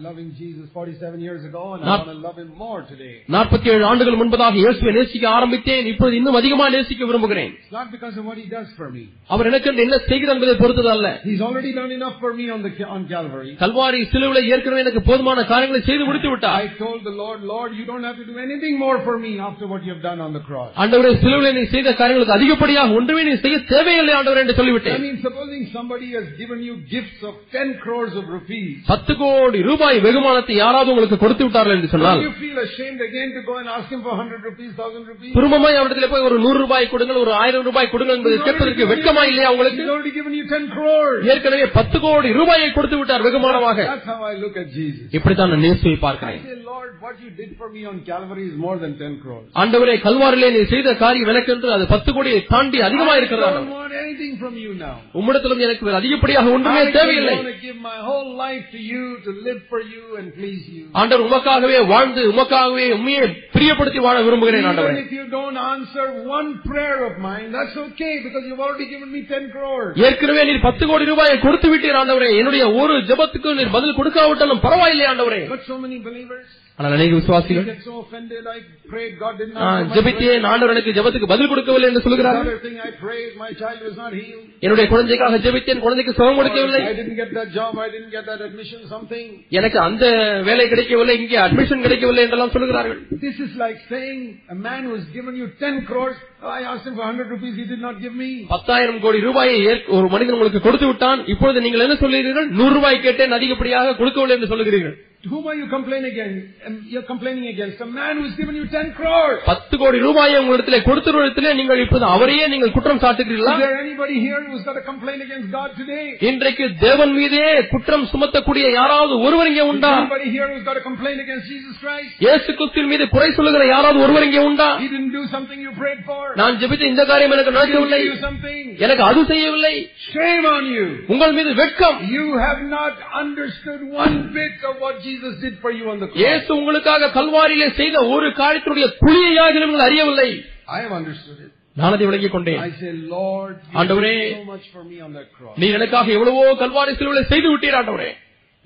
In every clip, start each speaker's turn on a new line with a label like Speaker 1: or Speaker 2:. Speaker 1: loving Jesus 47 years ago and I
Speaker 2: Not-
Speaker 1: want to love him more today.
Speaker 2: நாற்பத்தி ஏழு ஆண்டுகள் முன்பதாக இயேசுவை நேசிக்க ஆரம்பித்தேன் இப்பொழுது இன்னும் அதிகமா நேசிக்க விரும்புகிறேன்
Speaker 1: It's not because of what he does for me.
Speaker 2: அவர் எனக்கு என்ன செய்கிறார் என்பதை பொறுத்தது அல்ல
Speaker 1: He's already done enough for me on the on Calvary.
Speaker 2: Kalvari சிலுவில ஏற்கனவே எனக்கு போதுமான காரியங்களை செய்து முடித்து விட்டார்
Speaker 1: I told the Lord, Lord, you don't have to do anything more for me after what you have done on the cross.
Speaker 2: ஆண்டவரே சிலுவில நீ செய்த காரியங்களுக்கு அதிகப்படியாக ஒன்றுமே நீ செய்ய தேவையில்லை ஆண்டவரே என்று
Speaker 1: I
Speaker 2: சொல்லிவிட்டேன்
Speaker 1: mean, supposing somebody has given you gifts of 10 crores of rupees,
Speaker 2: பத்து கோடி ரூபாய் வெகுமானத்தை யாராவது உங்களுக்கு கொடுத்து விட்டார்கள் என்று
Speaker 1: don't
Speaker 2: சொன்னால்
Speaker 1: you feel ashamed again to go and ask him for 100 rupees, 1000 rupees?
Speaker 2: திரும்பமாய் அவரிடத்திலே போய் ஒரு நூறு ரூபாய் கொடுங்கள் ஒரு ஆயிரம் ரூபாய் கொடுங்கள் என்பதை
Speaker 1: He's already
Speaker 2: கேட்பதற்கு
Speaker 1: given
Speaker 2: வெட்கமா
Speaker 1: you-
Speaker 2: இல்லையா உங்களுக்கு
Speaker 1: He's already given you 10 crores.
Speaker 2: ஏற்கனவே பத்து கோடி ரூபாயை கொடுத்து விட்டார் வெகுமானமாக
Speaker 1: That's how I look at Jesus.
Speaker 2: இப்படித்தான் நான் இயேசுவை
Speaker 1: I
Speaker 2: பார்க்கிறேன்
Speaker 1: say, Lord, what you did for me on Calvary is more than 10 crores.
Speaker 2: ஆண்டவரே கல்வாரிலே நீ செய்த காரியம் எனக்கென்று அது பத்து கோடியை தாண்டி அதிகமா
Speaker 1: I
Speaker 2: இருக்கிறதா
Speaker 1: don't want anything from you now.
Speaker 2: உம்மிடத்திலும் எனக்கு வேறு அதிகப்படியாக ஒன்றுமே
Speaker 1: I
Speaker 2: தேவையில்லை
Speaker 1: want to give my whole life to you, to live for you and please you.
Speaker 2: ஆண்டவர் உமக்காகவே வாழ்ந்து உமக்காகவே உண்மையை பிரியப்படுத்தி வாழ விரும்புகிறேன்
Speaker 1: Even
Speaker 2: ஆண்டவரே
Speaker 1: if you don't answer one prayer of mine, that's okay because you've already given me 10 crores.
Speaker 2: ஏற்கனவே நீர் பத்து கோடி ரூபாயை கொடுத்து விட்டீர் ஆண்டவரே என்னுடைய ஒரு ஜெபத்துக்கு நீர் பதில் கொடுக்காவிட்டாலும் பரவாயில்லை ஆண்டவரே
Speaker 1: But so many believers,
Speaker 2: ஆனால் அநேக
Speaker 1: they
Speaker 2: விசுவாசிகள்
Speaker 1: get so offended, I prayed, God didn't
Speaker 2: நான்
Speaker 1: answer my
Speaker 2: ஜெபித்தே
Speaker 1: prayer.
Speaker 2: ஆண்டவர் எனக்கு ஜெபத்துக்கு பதில் கொடுக்கவில்லை என்று சொல்கிறார்கள்
Speaker 1: Another thing I prayed, my child was not healed.
Speaker 2: என்னுடைய குழந்தைக்காக ஜெபித்தேன் குழந்தைக்கு சுகம் கொடுக்கவில்லை
Speaker 1: I didn't get that job, I didn't get that admission, something.
Speaker 2: எனக்கு அந்த வேலை கிடைக்கவில்லை இங்கே அட்மிஷன் கிடைக்கவில்லை என்றெல்லாம் சொல்கிறார்கள்
Speaker 1: This is like saying a man who's given you 10 crores, I asked him for 100 rupees, he did not give me.
Speaker 2: பத்தாயிரம் கோடி ரூபாயை ஏற்க- ஒரு மனிதன் உங்களுக்கு கொடுத்து விட்டான் இப்பொழுது நீங்கள் என்ன சொல்கிறீர்கள் நூறு ரூபாய் கேட்டேன் அதிகப்படியாக கொடுக்கவில்லை என்று சொல்கிறீர்கள்
Speaker 1: To whom are you complaining against? Um, You're complaining against a man who's given you 10 crores.
Speaker 2: பத்து கோடி ரூபாயை உங்களிடத்திலே கொடுத்திருவதிலே நீங்கள் இப்போது அவரையே நீங்கள் குற்றம்
Speaker 1: Is
Speaker 2: சாட்டுகிறீர்களா
Speaker 1: there anybody here who's got a complaint against God today?
Speaker 2: இன்றைக்கு தேவன் மீதே குற்றம் சுமத்தக்கூடிய யாராவது ஒருவர் இங்கே
Speaker 1: Is
Speaker 2: உண்டா
Speaker 1: there anybody here who's got a complaint against Jesus Christ?
Speaker 2: இயேசு கிறிஸ்துவின் மீது குறை சொல்லுகிற யாராவது ஒருவர் இங்கே உண்டா
Speaker 1: He didn't do something you prayed for.
Speaker 2: நான் ஜெபித்த இந்த காரியம்
Speaker 1: He
Speaker 2: எனக்கு
Speaker 1: didn't
Speaker 2: நடக்கவில்லை
Speaker 1: give you something.
Speaker 2: எனக்கு அது செய்யவில்லை
Speaker 1: Shame on you.
Speaker 2: உங்கள் மீது வெட்கம்
Speaker 1: You have not understood one bit of what Jesus did for you on the cross.
Speaker 2: இயேசு உங்களுக்காக கல்வாரியிலே செய்த ஒரு காரியத்தினுடைய குழியையாக நீங்கள் அறியவில்லை
Speaker 1: I have understood it.
Speaker 2: நான் அதை விளங்கிக் கொண்டேன்
Speaker 1: I say, Lord, you
Speaker 2: ஆண்டவரே,
Speaker 1: did so much for me on that cross.
Speaker 2: நீ எனக்காக எவ்வளவோ கல்வாரி சிலுவை செய்து விட்டீர் ஆண்டவரே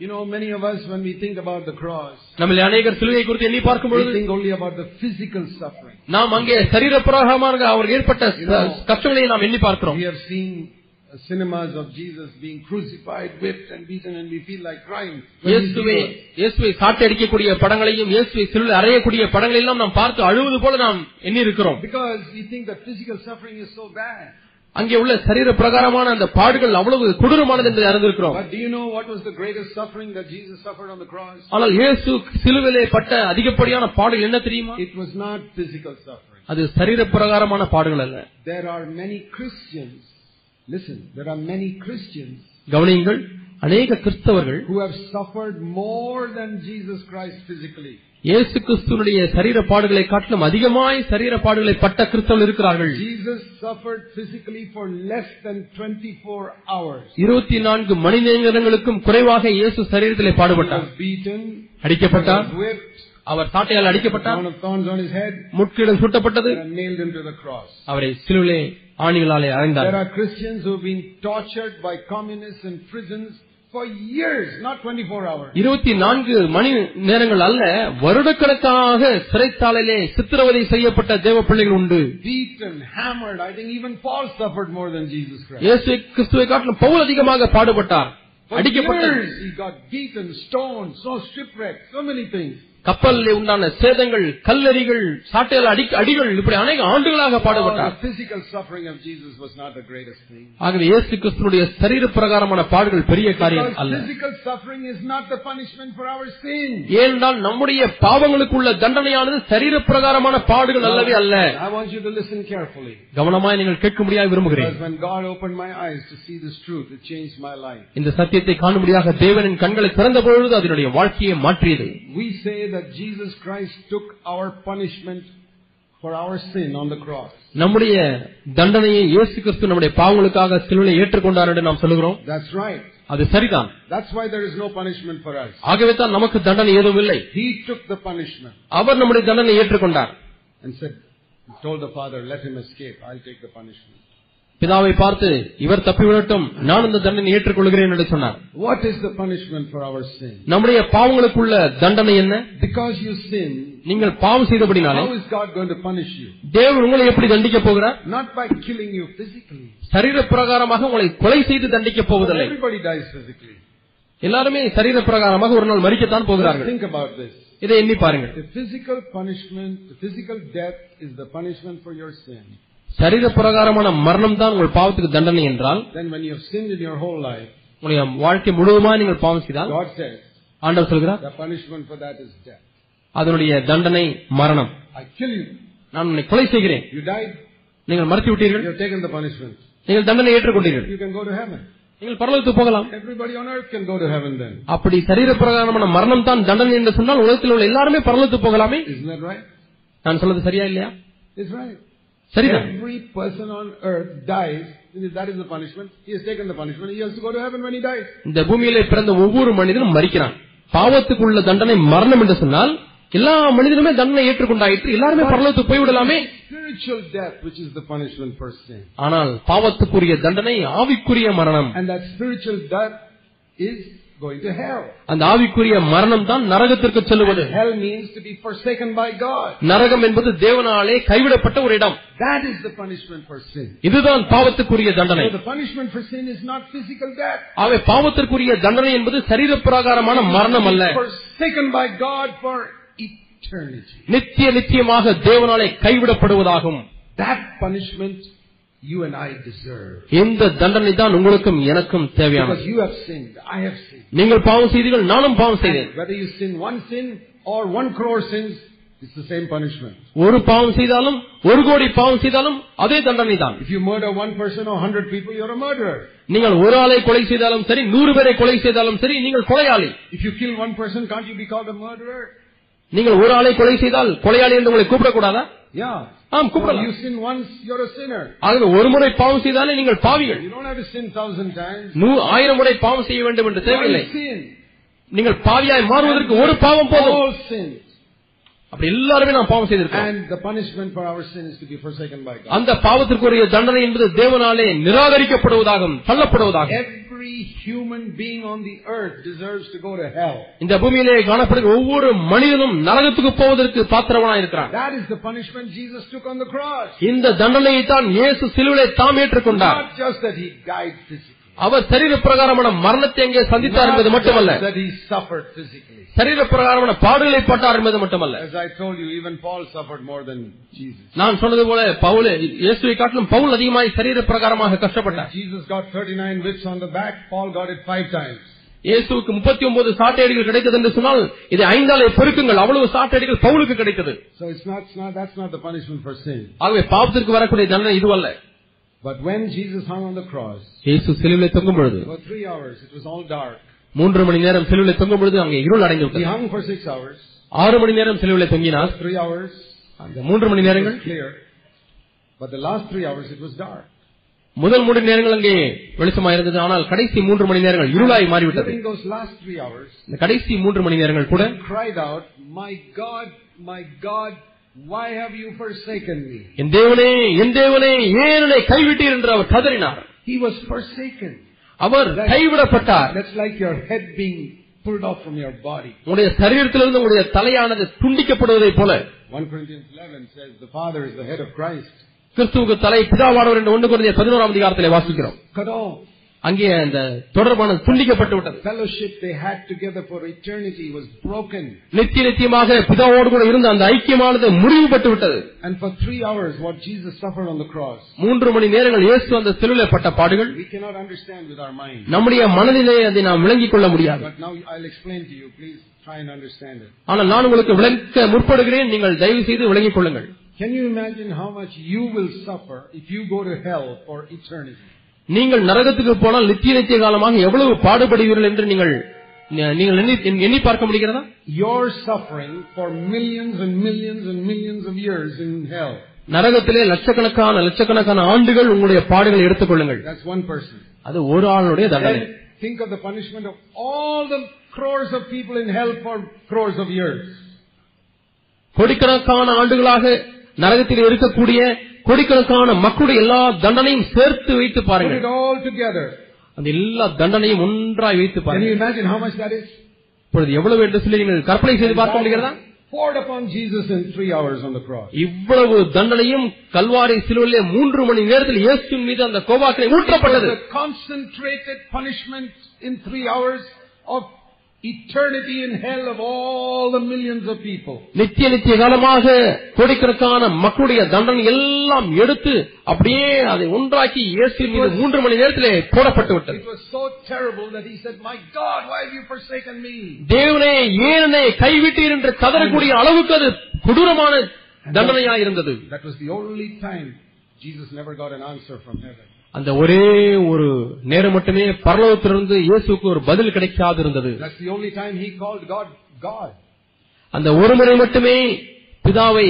Speaker 1: You know, many of us, when we think about the cross,
Speaker 2: நம்மில் அநேகர் சிலுவையை குறித்து எண்ணி பார்க்கும்
Speaker 1: we
Speaker 2: பொழுது
Speaker 1: think only about the physical suffering.
Speaker 2: நாம் அங்கே சரீரப்பிரகமாக அவருக்கு ஏற்பட்ட ச- கஷ்டங்களை நாம் எண்ணி பார்க்கிறோம்
Speaker 1: We have seen uh, cinemas of Jesus being crucified, whipped, and beaten, and we feel like crying. when we see
Speaker 2: இயேசுவை
Speaker 1: those.
Speaker 2: இயேசுவை சாட்டை அடிக்கக்கூடிய படங்களையும் இயேசுவை சிலுவை அறையக்கூடிய படங்களையும் நாம் பார்த்து அழுவது போல நாம் எண்ணி இருக்கிறோம்
Speaker 1: Because we think that physical suffering is so bad.
Speaker 2: அங்கே உள்ள சரீர பிரகாரமான அந்த பாடுகள் அவ்வளவு கொடூரமானது என்று அறிந்திருக்கிறோம்
Speaker 1: But do you know what was the greatest suffering that Jesus suffered on the cross?
Speaker 2: ஆனால் இயேசு சிலுவிலே பட்ட அதிகப்படியான பாடுகள் என்ன தெரியுமா
Speaker 1: It was not physical suffering.
Speaker 2: அது சரீர பிரகாரமான பாடுகள் அல்ல
Speaker 1: There are many Christians, listen, there are many Christians
Speaker 2: கவனியுங்கள் அநேக கிறிஸ்தவர்கள்
Speaker 1: who have suffered more than Jesus Christ physically.
Speaker 2: இயேசு கிறிஸ்துவனுடைய சரீர பாடுகளை காட்டிலும் அதிகமாய் சரீர பாடுகளை பட்ட கிறிஸ்தவர்கள் இருக்கிறார்கள்
Speaker 1: Jesus suffered physically for less than 24 hours.
Speaker 2: இருபத்தி நான்கு மணி நேரங்களுக்கும் குறைவாக இயேசு சரீரத்திலே
Speaker 1: He
Speaker 2: பாடுபட்டார்
Speaker 1: was beaten, he
Speaker 2: அடிக்கப்பட்டார்
Speaker 1: was whipped,
Speaker 2: அவர் சாட்டையால்
Speaker 1: a
Speaker 2: அடிக்கப்பட்டார்
Speaker 1: crown of thorns on his head,
Speaker 2: முட்கிடம் சுட்டப்பட்டது
Speaker 1: and nailed him to the cross.
Speaker 2: அவரை சிலுவிலே ஆணிகளாலே
Speaker 1: There
Speaker 2: அறைந்தார்
Speaker 1: are Christians who have been tortured by communists in prisons for years, not 24 hours.
Speaker 2: இருபத்தி நான்கு மணி நேரங்கள் அல்ல வருடக்கணக்காக சிறைச்சாலையிலே சித்திரவதை செய்யப்பட்ட தேவ பிள்ளைகள் உண்டு
Speaker 1: Beaten, hammered. I think even Paul suffered more than Jesus Christ.
Speaker 2: இயேசு கிறிஸ்துவை காட்டிலும் பவுல் அதிகமாக பாடுபட்டார்
Speaker 1: For
Speaker 2: அடிக்கப்பட்டார்
Speaker 1: years he got beaten, stoned, so shipwrecked, so many things.
Speaker 2: கப்பலில் உண்டான சேதங்கள் கல்லறிகள் சாட்டையால் அடி அடிகள் இப்படி அநேக ஆண்டுகளாக
Speaker 1: Oh,
Speaker 2: பாடுபட்டார்
Speaker 1: the physical suffering of Jesus was not the greatest thing.
Speaker 2: ஆகவே இயேசு கிறிஸ்துனுடைய சரீர பிரகாரமான பாடுகள் பெரிய காரியம்
Speaker 1: Because
Speaker 2: அல்ல
Speaker 1: physical suffering is not the punishment for our sin.
Speaker 2: ஏனென்றால் நம்முடைய பாவங்களுக்கு உள்ள தண்டனையானது சரீர பிரகாரமான பாடுகள் அல்லவே அல்ல
Speaker 1: I want you to listen carefully.
Speaker 2: கவனமாய் நீங்கள் கேட்கும்படியாக விரும்புகிறேன்
Speaker 1: Because when God opened my eyes to see this truth, it changed my life.
Speaker 2: இந்த சத்தியத்தை காணும்படியாக தேவனின் கண்களை திறந்த பொழுது அதனுடைய வாழ்க்கையை மாற்றியது
Speaker 1: We say that Jesus Christ took our punishment for our sin on the cross.
Speaker 2: நம்முடைய தண்டனையை இயேசு கிறிஸ்து நம்முடைய பாவங்களுக்காக சிலுவையில் ஏற்றுக்கொண்டார் என்று நாம் சொல்லுகிறோம்
Speaker 1: That's right.
Speaker 2: அது சரிதான்
Speaker 1: That's why there is no punishment for us.
Speaker 2: ஆகவே தான் நமக்கு தண்டனை ஏதும் இல்லை
Speaker 1: He took the punishment
Speaker 2: அவர் நம்முடைய தண்டனை ஏற்றுக்கொண்டார்
Speaker 1: and said, told the Father, let him escape. I'll take the punishment.
Speaker 2: பிதாவை பார்த்து இவர் தப்பிவிடட்டும் நான் இந்த தண்டனை ஏற்றுக்கொள்கிறேன் என்று சொன்னார்
Speaker 1: What is the punishment for our sin?
Speaker 2: நம்முடைய பாவங்களுக்குள்ள தண்டனை என்ன
Speaker 1: Because you sin,
Speaker 2: நீங்கள் பாவம் செய்தபடினாலே
Speaker 1: how is God going to punish you?
Speaker 2: தேவன் உங்களை எப்படி தண்டிக்க போகிறார்
Speaker 1: Not by killing you physically.
Speaker 2: சரீர பிரகாரமாக உங்களை கொலை செய்து தண்டிக்க போவதில்லை
Speaker 1: Everybody dies physically.
Speaker 2: எல்லாருமே சரீர பிரகாரமாக ஒரு நாள் மறிக்கத்தான்
Speaker 1: Just
Speaker 2: போகிறார்கள்
Speaker 1: think about this.
Speaker 2: இதை எண்ணி பாருங்கள்
Speaker 1: The physical punishment, the physical death is the punishment for your sin.
Speaker 2: சரீர பிரகாரமான மரணம் தான் உங்கள் பாவத்துக்கு தண்டனை என்றால்
Speaker 1: Then when you have sinned in your whole life,
Speaker 2: உங்களுடைய வாழ்க்கை முழுவதுமா நீங்கள் பாவம் செய்தால்
Speaker 1: God says,
Speaker 2: ஆண்டவர் சொல்கிறார்
Speaker 1: the punishment for that is death.
Speaker 2: அதனுடைய தண்டனை மரணம்
Speaker 1: I kill you.
Speaker 2: நான் உன்னை கொலை செய்கிறேன்
Speaker 1: You died,
Speaker 2: நீங்கள் மறுத்து விட்டீர்கள்
Speaker 1: you have taken the punishment.
Speaker 2: நீங்கள் தண்டனை ஏற்றுக்கொண்டீர்கள்
Speaker 1: You can go to heaven.
Speaker 2: நீங்கள் பரலோகத்துக்கு போகலாம்
Speaker 1: Everybody on earth can go to heaven then.
Speaker 2: அப்படி சரீர பிரகாரமான மரணம் தான் தண்டனை என்று சொன்னால் உலகத்தில் உள்ள எல்லாருமே பரலோகத்துக்கு போகலாமே
Speaker 1: Isn't that right?
Speaker 2: நான் சொல்றது சரியா இல்லையா
Speaker 1: It's right.
Speaker 2: சரிதான்
Speaker 1: Every person on earth dies. That is the punishment. He has taken the punishment. He has to go to heaven when he dies.
Speaker 2: இந்த பூமியிலே பிறந்த ஒவ்வொரு மனிதனும் மறிக்கிறான் பாவத்துக்குள்ள தண்டனை மரணம் என்று சொன்னால் எல்லா மனிதனுமே தண்டனை ஏற்றுக்கொண்டாயிற்று எல்லாருமே பரலோகத்துக்கு போய்விடலாமே
Speaker 1: Spiritual death, which is the punishment for sin.
Speaker 2: ஆனால் பாவத்துக்குரிய தண்டனை ஆவிக்குரிய மரணம்
Speaker 1: And that spiritual death is going to hell.
Speaker 2: அந்த ஆவிக்குரிய மரணம் தான் நரகத்திற்கு செல்லுவது
Speaker 1: Hell means to be forsaken by God.
Speaker 2: நரகம் என்பது தேவனாலே கைவிடப்பட்ட ஒரு இடம்
Speaker 1: That is the punishment for sin.
Speaker 2: இதுதான் பாவத்துக்குரிய தண்டனை
Speaker 1: So the punishment for sin is not physical death.
Speaker 2: ஆகவே பாவத்திற்குரிய தண்டனை என்பது சரீர பிரகாரமான மரணம் அல்ல
Speaker 1: Forsaken by God for eternity.
Speaker 2: நித்திய நித்தியமாக தேவனாலே கைவிடப்படுவதாகும்
Speaker 1: That punishment you and I deserve.
Speaker 2: இந்த தண்டனை தான் உங்களுக்கும் எனக்கும் தேவையானது
Speaker 1: Because you have sinned. I have sinned.
Speaker 2: நீங்கள் பாவம் செய்தீர்கள் நானும் பாவம் செய்தேன்
Speaker 1: Whether you sin one sin or one crore sins, it's the same punishment.
Speaker 2: ஒரு பாவம் செய்தாலும் ஒரு கோடி பாவம் செய்தாலும் அதே தண்டனை தான்
Speaker 1: If you murder one person or hundred people, you're a murderer.
Speaker 2: நீங்கள் ஒரு ஆளை கொலை செய்தாலும் சரி நூறு பேரை கொலை செய்தாலும் சரி நீங்கள் கொலையாளி
Speaker 1: If you kill one person, can't you be called a murderer?
Speaker 2: நீங்கள் ஒரு ஆளை கொலை செய்தால் கொலையாளி என்று உங்களை கூப்பிடக்கூடாதா
Speaker 1: Yeah.
Speaker 2: ஆம் கூப்பிடலாம்
Speaker 1: You sin once, you're a sinner.
Speaker 2: ஆகவே ஒரு முறை பாவம் செய்தாலே நீங்கள் பாவிகள்
Speaker 1: You don't have to sin thousand times.
Speaker 2: நூ ஆயிரம் முறை பாவம் செய்ய வேண்டும் என்று தேவையில்லை
Speaker 1: One sin.
Speaker 2: நீங்கள் பாவியாய் மாறுவதற்கு ஒரு பாவம் போதும்
Speaker 1: All sin.
Speaker 2: அப்படி எல்லாருமே நாம் பாவம் செய்திருக்கோம்
Speaker 1: And the punishment for our sin is to be forsaken by God.
Speaker 2: அந்த பாவத்திற்குரிய தண்டனை என்பது தேவனாலே நிராகரிக்கப்படுவதாகும் தள்ளப்படுவதாகும்
Speaker 1: Every human being on the earth deserves to go to hell.
Speaker 2: இந்த பூமியிலே காணப்படுகிற ஒவ்வொரு மனிதனும் நரகத்துக்கு போவதற்கு பாத்திரவனாய் இருக்கிறான்
Speaker 1: That is the punishment Jesus took on the cross.
Speaker 2: இந்த தண்டனையை தான் இயேசு சிலுவிலே தாம் ஏற்றுக்கொண்டார்
Speaker 1: Not just that he died physically.
Speaker 2: அவர் சரீர பிரகாரமான மரணத்தை எங்கே சந்தித்தார் என்பது மட்டுமல்ல
Speaker 1: Not That he suffered physically.
Speaker 2: சரீர பிரகாரமான பாடுகளை பட்டார் என்பது மட்டுமல்ல
Speaker 1: As I told you, even Paul suffered more than Jesus.
Speaker 2: நான் சொன்னது போல பவுல் இயேசுவை காட்டிலும் பவுல் அதிகமாய் சரீர பிரகாரமாக கஷ்டப்பட்டார்
Speaker 1: Jesus got 39 whips on the back, Paul got it five times.
Speaker 2: இயேசுவுக்கு முப்பத்தி ஒன்பது சாட்டையடிகள் கிடைத்தது என்று சொன்னால் இதை ஐந்தாலே பெருக்குங்கள் அவ்வளவு சாட்டையடிகள் பவுலுக்கு கிடைத்தது
Speaker 1: So it's not, it's not, that's not the punishment for sin.
Speaker 2: ஆகவே பாவத்திற்கு வரக்கூடிய தண்டனை இதுவல்ல
Speaker 1: But when Jesus hung on the cross,
Speaker 2: இயேசு சிலுவிலே தொங்கும் பொழுது
Speaker 1: for three hours, it was all dark.
Speaker 2: மூன்று மணி நேரம் சிலுவிலே தொங்கும் பொழுது அங்கே இருள் அடைந்து
Speaker 1: He
Speaker 2: விட்டது
Speaker 1: hung for six hours,
Speaker 2: ஆறு மணி நேரம் சிலுவிலே தொங்கினார்
Speaker 1: three hours,
Speaker 2: அந்த மூன்று மணி
Speaker 1: it
Speaker 2: நேரங்கள்
Speaker 1: was clear. But the last three hours, it was dark.
Speaker 2: முதல் மூன்று நேரங்கள் அங்கே வெளிச்சமா இருந்தது ஆனால் கடைசி மூன்று மணி நேரங்கள் இருளாய் மாறிவிட்டது
Speaker 1: During those last three hours,
Speaker 2: இந்த கடைசி மூன்று மணி நேரங்கள் கூட
Speaker 1: he cried out, My God, my God, why have you forsaken me?
Speaker 2: என் தேவனே என் தேவனே ஏன் என்னை கைவிட்டீர் என்று அவர் கதறினார்
Speaker 1: He was forsaken.
Speaker 2: Our கைவிடப்பட்டார்
Speaker 1: That's like your head being pulled off from your body.
Speaker 2: உங்களுடைய சரீரத்திலிருந்து உங்களுடைய தலையானது துண்டிக்கப்படுவதைப் போல
Speaker 1: 1 Corinthians 11 says the Father is the head of Christ.
Speaker 2: கிறிஸ்துவுக்கு தலை பிதாவானவர் என்று ஒன்று குறைந்த பதினோராம் அதிகாரத்திலே வாசிக்கிறோம்
Speaker 1: Cut off.
Speaker 2: அங்கே அந்த தொடர்பான துண்டிக்கப்பட்டு விட்டது
Speaker 1: The fellowship they had together for eternity was broken.
Speaker 2: நித்திய நித்தியமாக பிதாவோடு கூட இருந்த அந்த ஐக்கியமானது முறிவுபட்டு விட்டது
Speaker 1: And for three hours, what Jesus suffered on the cross,
Speaker 2: மூன்று மணி நேரங்கள் இயேசு அந்த சிலுவிலே பட்ட பாடுகள்
Speaker 1: we cannot understand with our mind.
Speaker 2: நம்முடைய மனதிலே அதை நாம் விளங்கிக் கொள்ள முடியாது
Speaker 1: But now I'll explain to you. Please try and understand it.
Speaker 2: ஆனால் நான் உங்களுக்கு விளக்க முற்படுகிறேன் நீங்கள் தயவு செய்து விளங்கிக் கொள்ளுங்கள்
Speaker 1: Can you imagine how much you will suffer if you go to hell for eternity?
Speaker 2: நீங்கள் நரகத்துக்கு போனால் நித்திய நித்திய காலமாக எவ்வளவு பாடுபடுவீர்கள் என்று நீங்கள் நி- நீங்கள் எண்ணி- எண்ணி பார்க்க முடிகிறதா
Speaker 1: Your suffering for millions and millions and millions of years in hell.
Speaker 2: நரகத்திலே லட்சக்கணக்கான லட்சக்கணக்கான ஆண்டுகள் உங்களுடைய பாடுகளை எடுத்துக் கொள்ளுங்கள்
Speaker 1: That's one person.
Speaker 2: அது ஒரு ஆளுடைய தண்டனை
Speaker 1: Then think of the punishment of all the crores of people in hell for crores of years.
Speaker 2: கோடிக்கணக்கான ஆண்டுகளாக நரகத்தில் இருக்கக்கூடிய கோடிக்கணக்கான மக்களுடைய எல்லா தண்டனையும் சேர்த்து வைத்து
Speaker 1: Put
Speaker 2: பாருங்கள்
Speaker 1: it all together.
Speaker 2: அந்த எல்லா தண்டனையும் ஒன்றாய் வைத்து
Speaker 1: Can
Speaker 2: பாருங்கள்
Speaker 1: you imagine how much that is?
Speaker 2: இப்பொழுது எவ்வளவு என்று சொல்லி நீங்கள் கற்பனை செய்து பார்க்க முடிகிறதா
Speaker 1: Poured upon Jesus in three hours on the cross.
Speaker 2: இவ்வளவு தண்டனையும் கல்வாரி சிலுவையிலே மூன்று மணி நேரத்தில் இயேசுவின் மீது அந்த கோபாக்களை ஊற்றப்பட்டது
Speaker 1: The concentrated punishment in three hours of eternity in hell of all the millions of people.
Speaker 2: நித்திய நித்திய காலமாக கோடிக்கணக்கான மக்களுடைய தண்டனை எல்லாம் எடுத்து அப்படியே அதை ஒன்றாக்கி இயேசுவின் மீது மூன்று மணி நேரத்திலே போடப்பட்டு விட்டது
Speaker 1: It was so terrible that he said, My God, why have you forsaken me?
Speaker 2: தேவனே ஏனே கைவிட்டீர் என்று கதறக்கூடிய அளவுக்கு அது கொடூரமான தண்டனையா இருந்தது
Speaker 1: That was the only time Jesus never got an answer from heaven.
Speaker 2: அந்த ஒரே ஒரு நேரம் மட்டுமே பரலோகத்திலிருந்து இயேசுக்கு ஒரு பதில் கிடைக்காது இருந்தது
Speaker 1: That's the only time he called God, God.
Speaker 2: அந்த ஒரு முறை மட்டுமே பிதாவை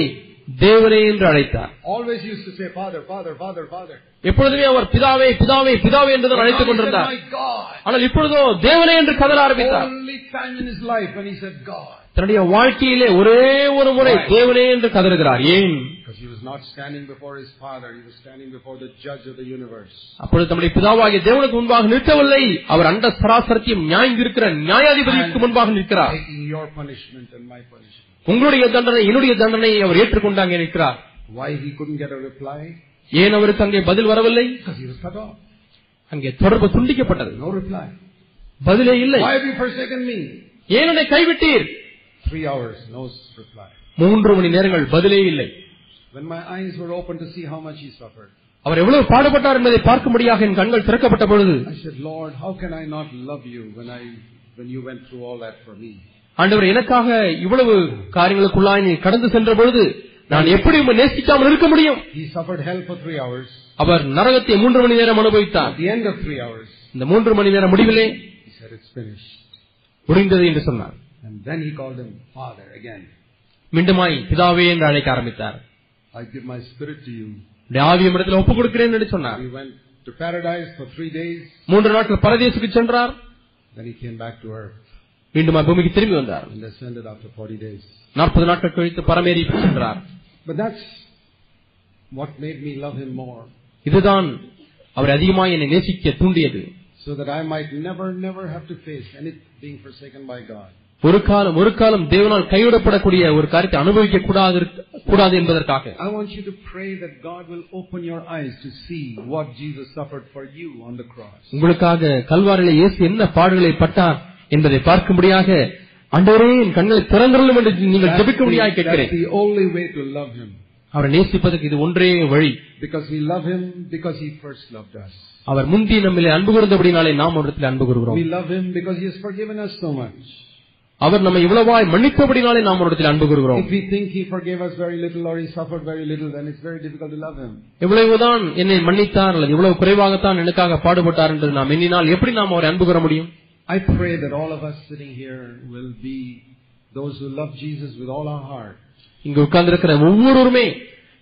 Speaker 2: தேவனே என்று அழைத்தார்
Speaker 1: Always used to say, Father, Father, Father, Father.
Speaker 2: எப்பொழுதுமே அவர் பிதாவே பிதாவே பிதாவே என்றுதான்
Speaker 1: Now he
Speaker 2: அழைத்துக்
Speaker 1: said,
Speaker 2: கொண்டிருந்தார்
Speaker 1: My God.
Speaker 2: ஆனால் இப்பொழுதோ தேவனே என்று கதற ஆரம்பித்தார்
Speaker 1: Only time in his life when he said God.
Speaker 2: தன்னுடைய வாழ்க்கையிலே ஒரே ஒரு முறை தேவனே என்று கதறுகிறார் ஏன்
Speaker 1: Because he was not standing before his father, he was standing before the judge of the universe.
Speaker 2: அப்பொழுது தம்முடைய பிதாவாகிய தேவனுக்கு முன்பாக நிற்கவில்லை அவர் அண்ட சராசரத்தையும் நியாயந்திருக்கிற நியாயாதிபதிக்கு முன்பாக நிற்கிறார்
Speaker 1: Taking your punishment and my punishment.
Speaker 2: உங்களுடைய தண்டனை என்னுடைய தண்டனையை அவர் ஏற்றுக்கொண்டாங்க நிற்கிறார்
Speaker 1: Why he couldn't get a reply?
Speaker 2: ஏன் அவருக்கு அங்கே பதில் வரவில்லை
Speaker 1: Because he was cut off.
Speaker 2: அங்கே தொடர்பு துண்டிக்கப்பட்டது
Speaker 1: No reply.
Speaker 2: பதிலே இல்லை
Speaker 1: Why have you forsaken me?
Speaker 2: ஏன் என்னை கைவிட்டீர்
Speaker 1: Three hours, no reply.
Speaker 2: மூன்று மணி நேரங்கள் பதிலே இல்லை
Speaker 1: When my eyes were open to see how much he suffered,
Speaker 2: அவர் எவ்வளவு பாடுபட்டார் என்பதை பார்க்கும்படியாக என் கண்கள் திறக்கப்பட்ட பொழுது
Speaker 1: I said, Lord, how can I not love you when I when you went through all that for me?
Speaker 2: ஆண்டவர் எனக்காக இவ்வளவு காரியங்களுக்குள்ளாய் நீ கடந்து சென்ற பொழுது நான் எப்படி உம்மை நேசிக்காமல் இருக்க முடியும்
Speaker 1: He suffered hell for three hours.
Speaker 2: அவர் நரகத்தை மூன்று மணி நேரம் அனுபவித்தார்
Speaker 1: At the end of three hours,
Speaker 2: இந்த மூன்று மணி நேரம் முடிவிலே
Speaker 1: he said, It's finished.
Speaker 2: முடிந்தது என்று சொன்னார்
Speaker 1: And then he called him Father again.
Speaker 2: மீண்டுமாய் பிதாவே என்று அழைக்க ஆரம்பித்தார்
Speaker 1: I give my spirit to you.
Speaker 2: உடைய ஆவியை இடத்துல ஒப்புக் கொடுக்கிறேன் என்று சொன்னார்
Speaker 1: We went to paradise for three days.
Speaker 2: மூன்று நாட்கள் பரதேசுக்கு சென்றார்
Speaker 1: Then he came back to earth
Speaker 2: மீண்டுமாய் பூமிக்கு திரும்பி வந்தார்
Speaker 1: and ascended after 40 days.
Speaker 2: நாற்பது நாட்கள் கழித்து பரமேறி சென்றார்
Speaker 1: But that's what made me love him more.
Speaker 2: இதுதான் அவர் அதிகமாக என்னை நேசிக்க தூண்டியது
Speaker 1: So that I might never, never have to face any being forsaken by God.
Speaker 2: ஒரு காலம் ஒரு காலம் தேவனால் கைவிடப்படக்கூடிய ஒரு காரியத்தை அனுபவிக்க கூடாது கூடாது என்பதற்காக
Speaker 1: I want you to pray that God will open your eyes to see what Jesus suffered for you on the cross.
Speaker 2: உங்களுக்காக கல்வாரிலே இயேசு என்ன பாடுகளை பட்டார் என்பதை பார்க்கும்படியாக ஆண்டவரே என் கண்களை திறந்திரலும் என்று நீங்கள்
Speaker 1: That's
Speaker 2: ஜெபிக்கும்படியாக
Speaker 1: the, that's
Speaker 2: கேட்கிறேன்
Speaker 1: the only way to love him.
Speaker 2: அவரை நேசிப்பதற்கு இது ஒன்றே வழி
Speaker 1: Because we love him because he first loved us.
Speaker 2: அவர் முந்தி நம்மிலே அன்பு கூர்ந்தபடினாலே நாம் அவரிடத்தில் அன்பு கூறுகிறோம்
Speaker 1: We love him because he has forgiven us so much.
Speaker 2: அவர் நம்மை இவ்வளவாய் மன்னித்தபடினாலே நாம் அவரிடத்தில் அன்பு கூறுகிறோம்
Speaker 1: If we think he forgave us very little or he suffered very little, then it's very difficult to love him.
Speaker 2: எவ்வளவுதான் என்னை மன்னித்தார் அல்லது இவ்வளவு குறைவாகத்தான் எனக்காக பாடுபட்டார் என்று நாம் எண்ணினால் எப்படி நாம் அவரை அன்பு கூற முடியும்
Speaker 1: I pray that all of us sitting here will be those who love Jesus with all our heart.
Speaker 2: இங்கு உட்கார்ந்திருக்கிற ஒவ்வொருவருமே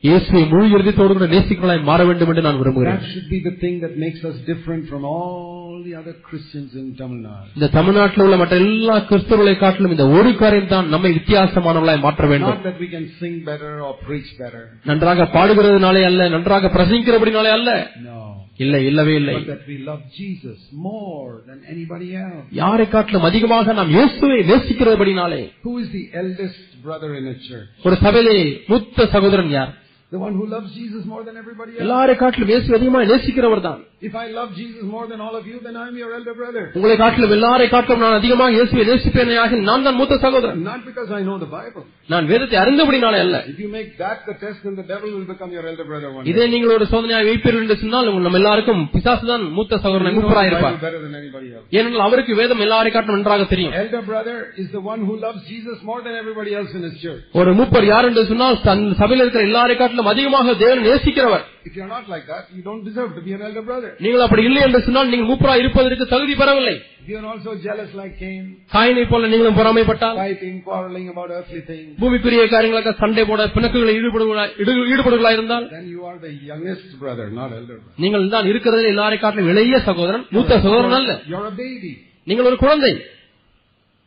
Speaker 2: இயேசுவை முழு இறுதித்தோடு கூட நேசிக்கலாய் மாற வேண்டும் என்று நான் விரும்புகிறேன்
Speaker 1: That should be the thing that makes us different from all the other Christians in Tamil Nadu.
Speaker 2: இந்த தமிழ்நாட்டில் உள்ள மற்ற எல்லா கிறிஸ்தவர்களை காட்டிலும் இந்த ஒரு காரியம் தான் நம்மை வித்தியாசமானவர்களாய் மாற்ற வேண்டும்
Speaker 1: Not that we can sing better or preach better.
Speaker 2: நன்றாக பாடுகிறதுனாலே அல்ல நன்றாக பிரசங்கிக்கிறபடினாலே அல்ல
Speaker 1: No.
Speaker 2: இல்லை இல்லவே இல்லை
Speaker 1: But that we love Jesus more than anybody else.
Speaker 2: யாரை காட்டிலும் அதிகமாக நாம் இயேசுவை நேசிக்கிறபடினாலே
Speaker 1: Who is the eldest brother in a church?
Speaker 2: ஒரு சபையிலே மூத்த சகோதரன் யார்
Speaker 1: The one who loves Jesus more than everybody else.
Speaker 2: எல்லாரை காட்டிலும் இயேசு அதிகமாக நேசிக்கிறவர் தான்
Speaker 1: If I love Jesus more than all of you, then I'm your elder brother.
Speaker 2: உங்களை காட்டிலும் எல்லாரை காட்டிலும் நான் அதிகமாக இயேசுவை நேசிப்பேனையாக நான் தான் மூத்த சகோதரன்
Speaker 1: Not because I know the Bible.
Speaker 2: நான் வேதத்தை அறிந்தபடினாலே அல்ல
Speaker 1: If you make that the test, then the devil will become your elder brother one day.
Speaker 2: இதை நீங்கள் ஒரு சோதனையாக வைப்பீர்கள் என்று சொன்னால் உங்கள் நம்ம எல்லாருக்கும் பிசாசு தான் மூத்த
Speaker 1: You
Speaker 2: சகோதரனை
Speaker 1: know the
Speaker 2: மூப்பராயிருப்பார்
Speaker 1: Bible better than anybody else.
Speaker 2: ஏனென்றால் அவருக்கு வேதம் எல்லாரை காட்டும் நன்றாக தெரியும்
Speaker 1: Elder brother is the one who loves Jesus more than everybody else in his church.
Speaker 2: ஒரு மூப்பர் யார் என்று சொன்னால் தன் சபையில் இருக்கிற எல்லாரை காட்டிலும் அதிகமாக தேவன் நேசிக்கிறவர்
Speaker 1: If you're not like that, you don't deserve to be an elder brother.
Speaker 2: நீங்கள் அப்படி இல்லை என்று சொன்னால் நீங்கள் மூப்பரா இருப்பதற்கு தகுதி பெறவில்லை
Speaker 1: If you're also jealous like Cain,
Speaker 2: காயினை போல நீங்களும் பொறாமைப்பட்டால்
Speaker 1: fighting, quarreling about earthly things,
Speaker 2: பூமிக்குரிய காரியங்களுக்காக சண்டை போட பிணக்குகளை ஈடுபடுகளா இருந்தால்
Speaker 1: then you are the youngest brother, not elder brother.
Speaker 2: நீங்கள் தான் இருக்கிறது எல்லாரை காட்டிலும் இளைய சகோதரன் மூத்த சகோதரன் அல்ல
Speaker 1: You're a baby.
Speaker 2: நீங்கள் ஒரு குழந்தை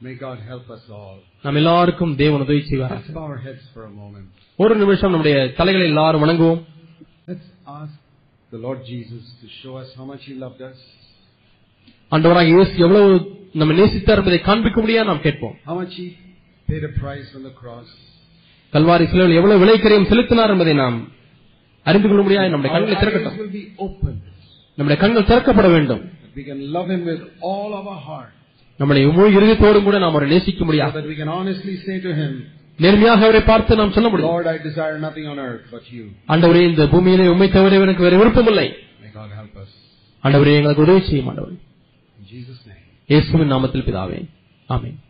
Speaker 1: May God help us all.
Speaker 2: நாம் எல்லாருக்கும் தேவன் உதவி செய்வார்
Speaker 1: Let's bow our heads for a moment.
Speaker 2: ஒரு நிமிஷம் நம்முடைய தலைகளை எல்லாரும் வணங்குவோம்
Speaker 1: asked the Lord Jesus to show us how much He loved us,
Speaker 2: ஆண்டவராக இயேசு எவ்வளவு நம்ம நேசித்தார் என்பதை காண்பிக்கும்படியா நாம் கேட்போம்
Speaker 1: how much He paid a price on the cross,
Speaker 2: Kalvari சிலுவையில் எவ்வளவு விலைக்கரியம் செலுத்தினார் என்பதை நாம் அறிந்து கொள்ளும்படியா நம்முடைய
Speaker 1: our
Speaker 2: கண்களை
Speaker 1: eyes
Speaker 2: திறக்கட்டும்
Speaker 1: will be open.
Speaker 2: நம்முடைய கண்கள் திறக்கப்பட வேண்டும்
Speaker 1: that We can love Him with all of our heart,
Speaker 2: நம்முடைய முழு இருதயத்தோடும் கூட நாம் அவரை நேசிக்க
Speaker 1: so
Speaker 2: முடியாது
Speaker 1: that we can honestly say to Him,
Speaker 2: நேர்மையாக அவரை பார்த்து நாம் சொல்ல முடியும்
Speaker 1: Lord, I desire nothing on earth but You.
Speaker 2: ஆண்டவரே இந்த பூமியிலே உண்மை தவிர எனக்கு வேறு விருப்பமில்லை
Speaker 1: May God help us.
Speaker 2: ஆண்டவரே எங்களுக்கு உதவி செய்யும் ஆண்டவர்
Speaker 1: In Jesus' name.
Speaker 2: இயேசுவின் நாமத்தில் பிதாவே ஆமென்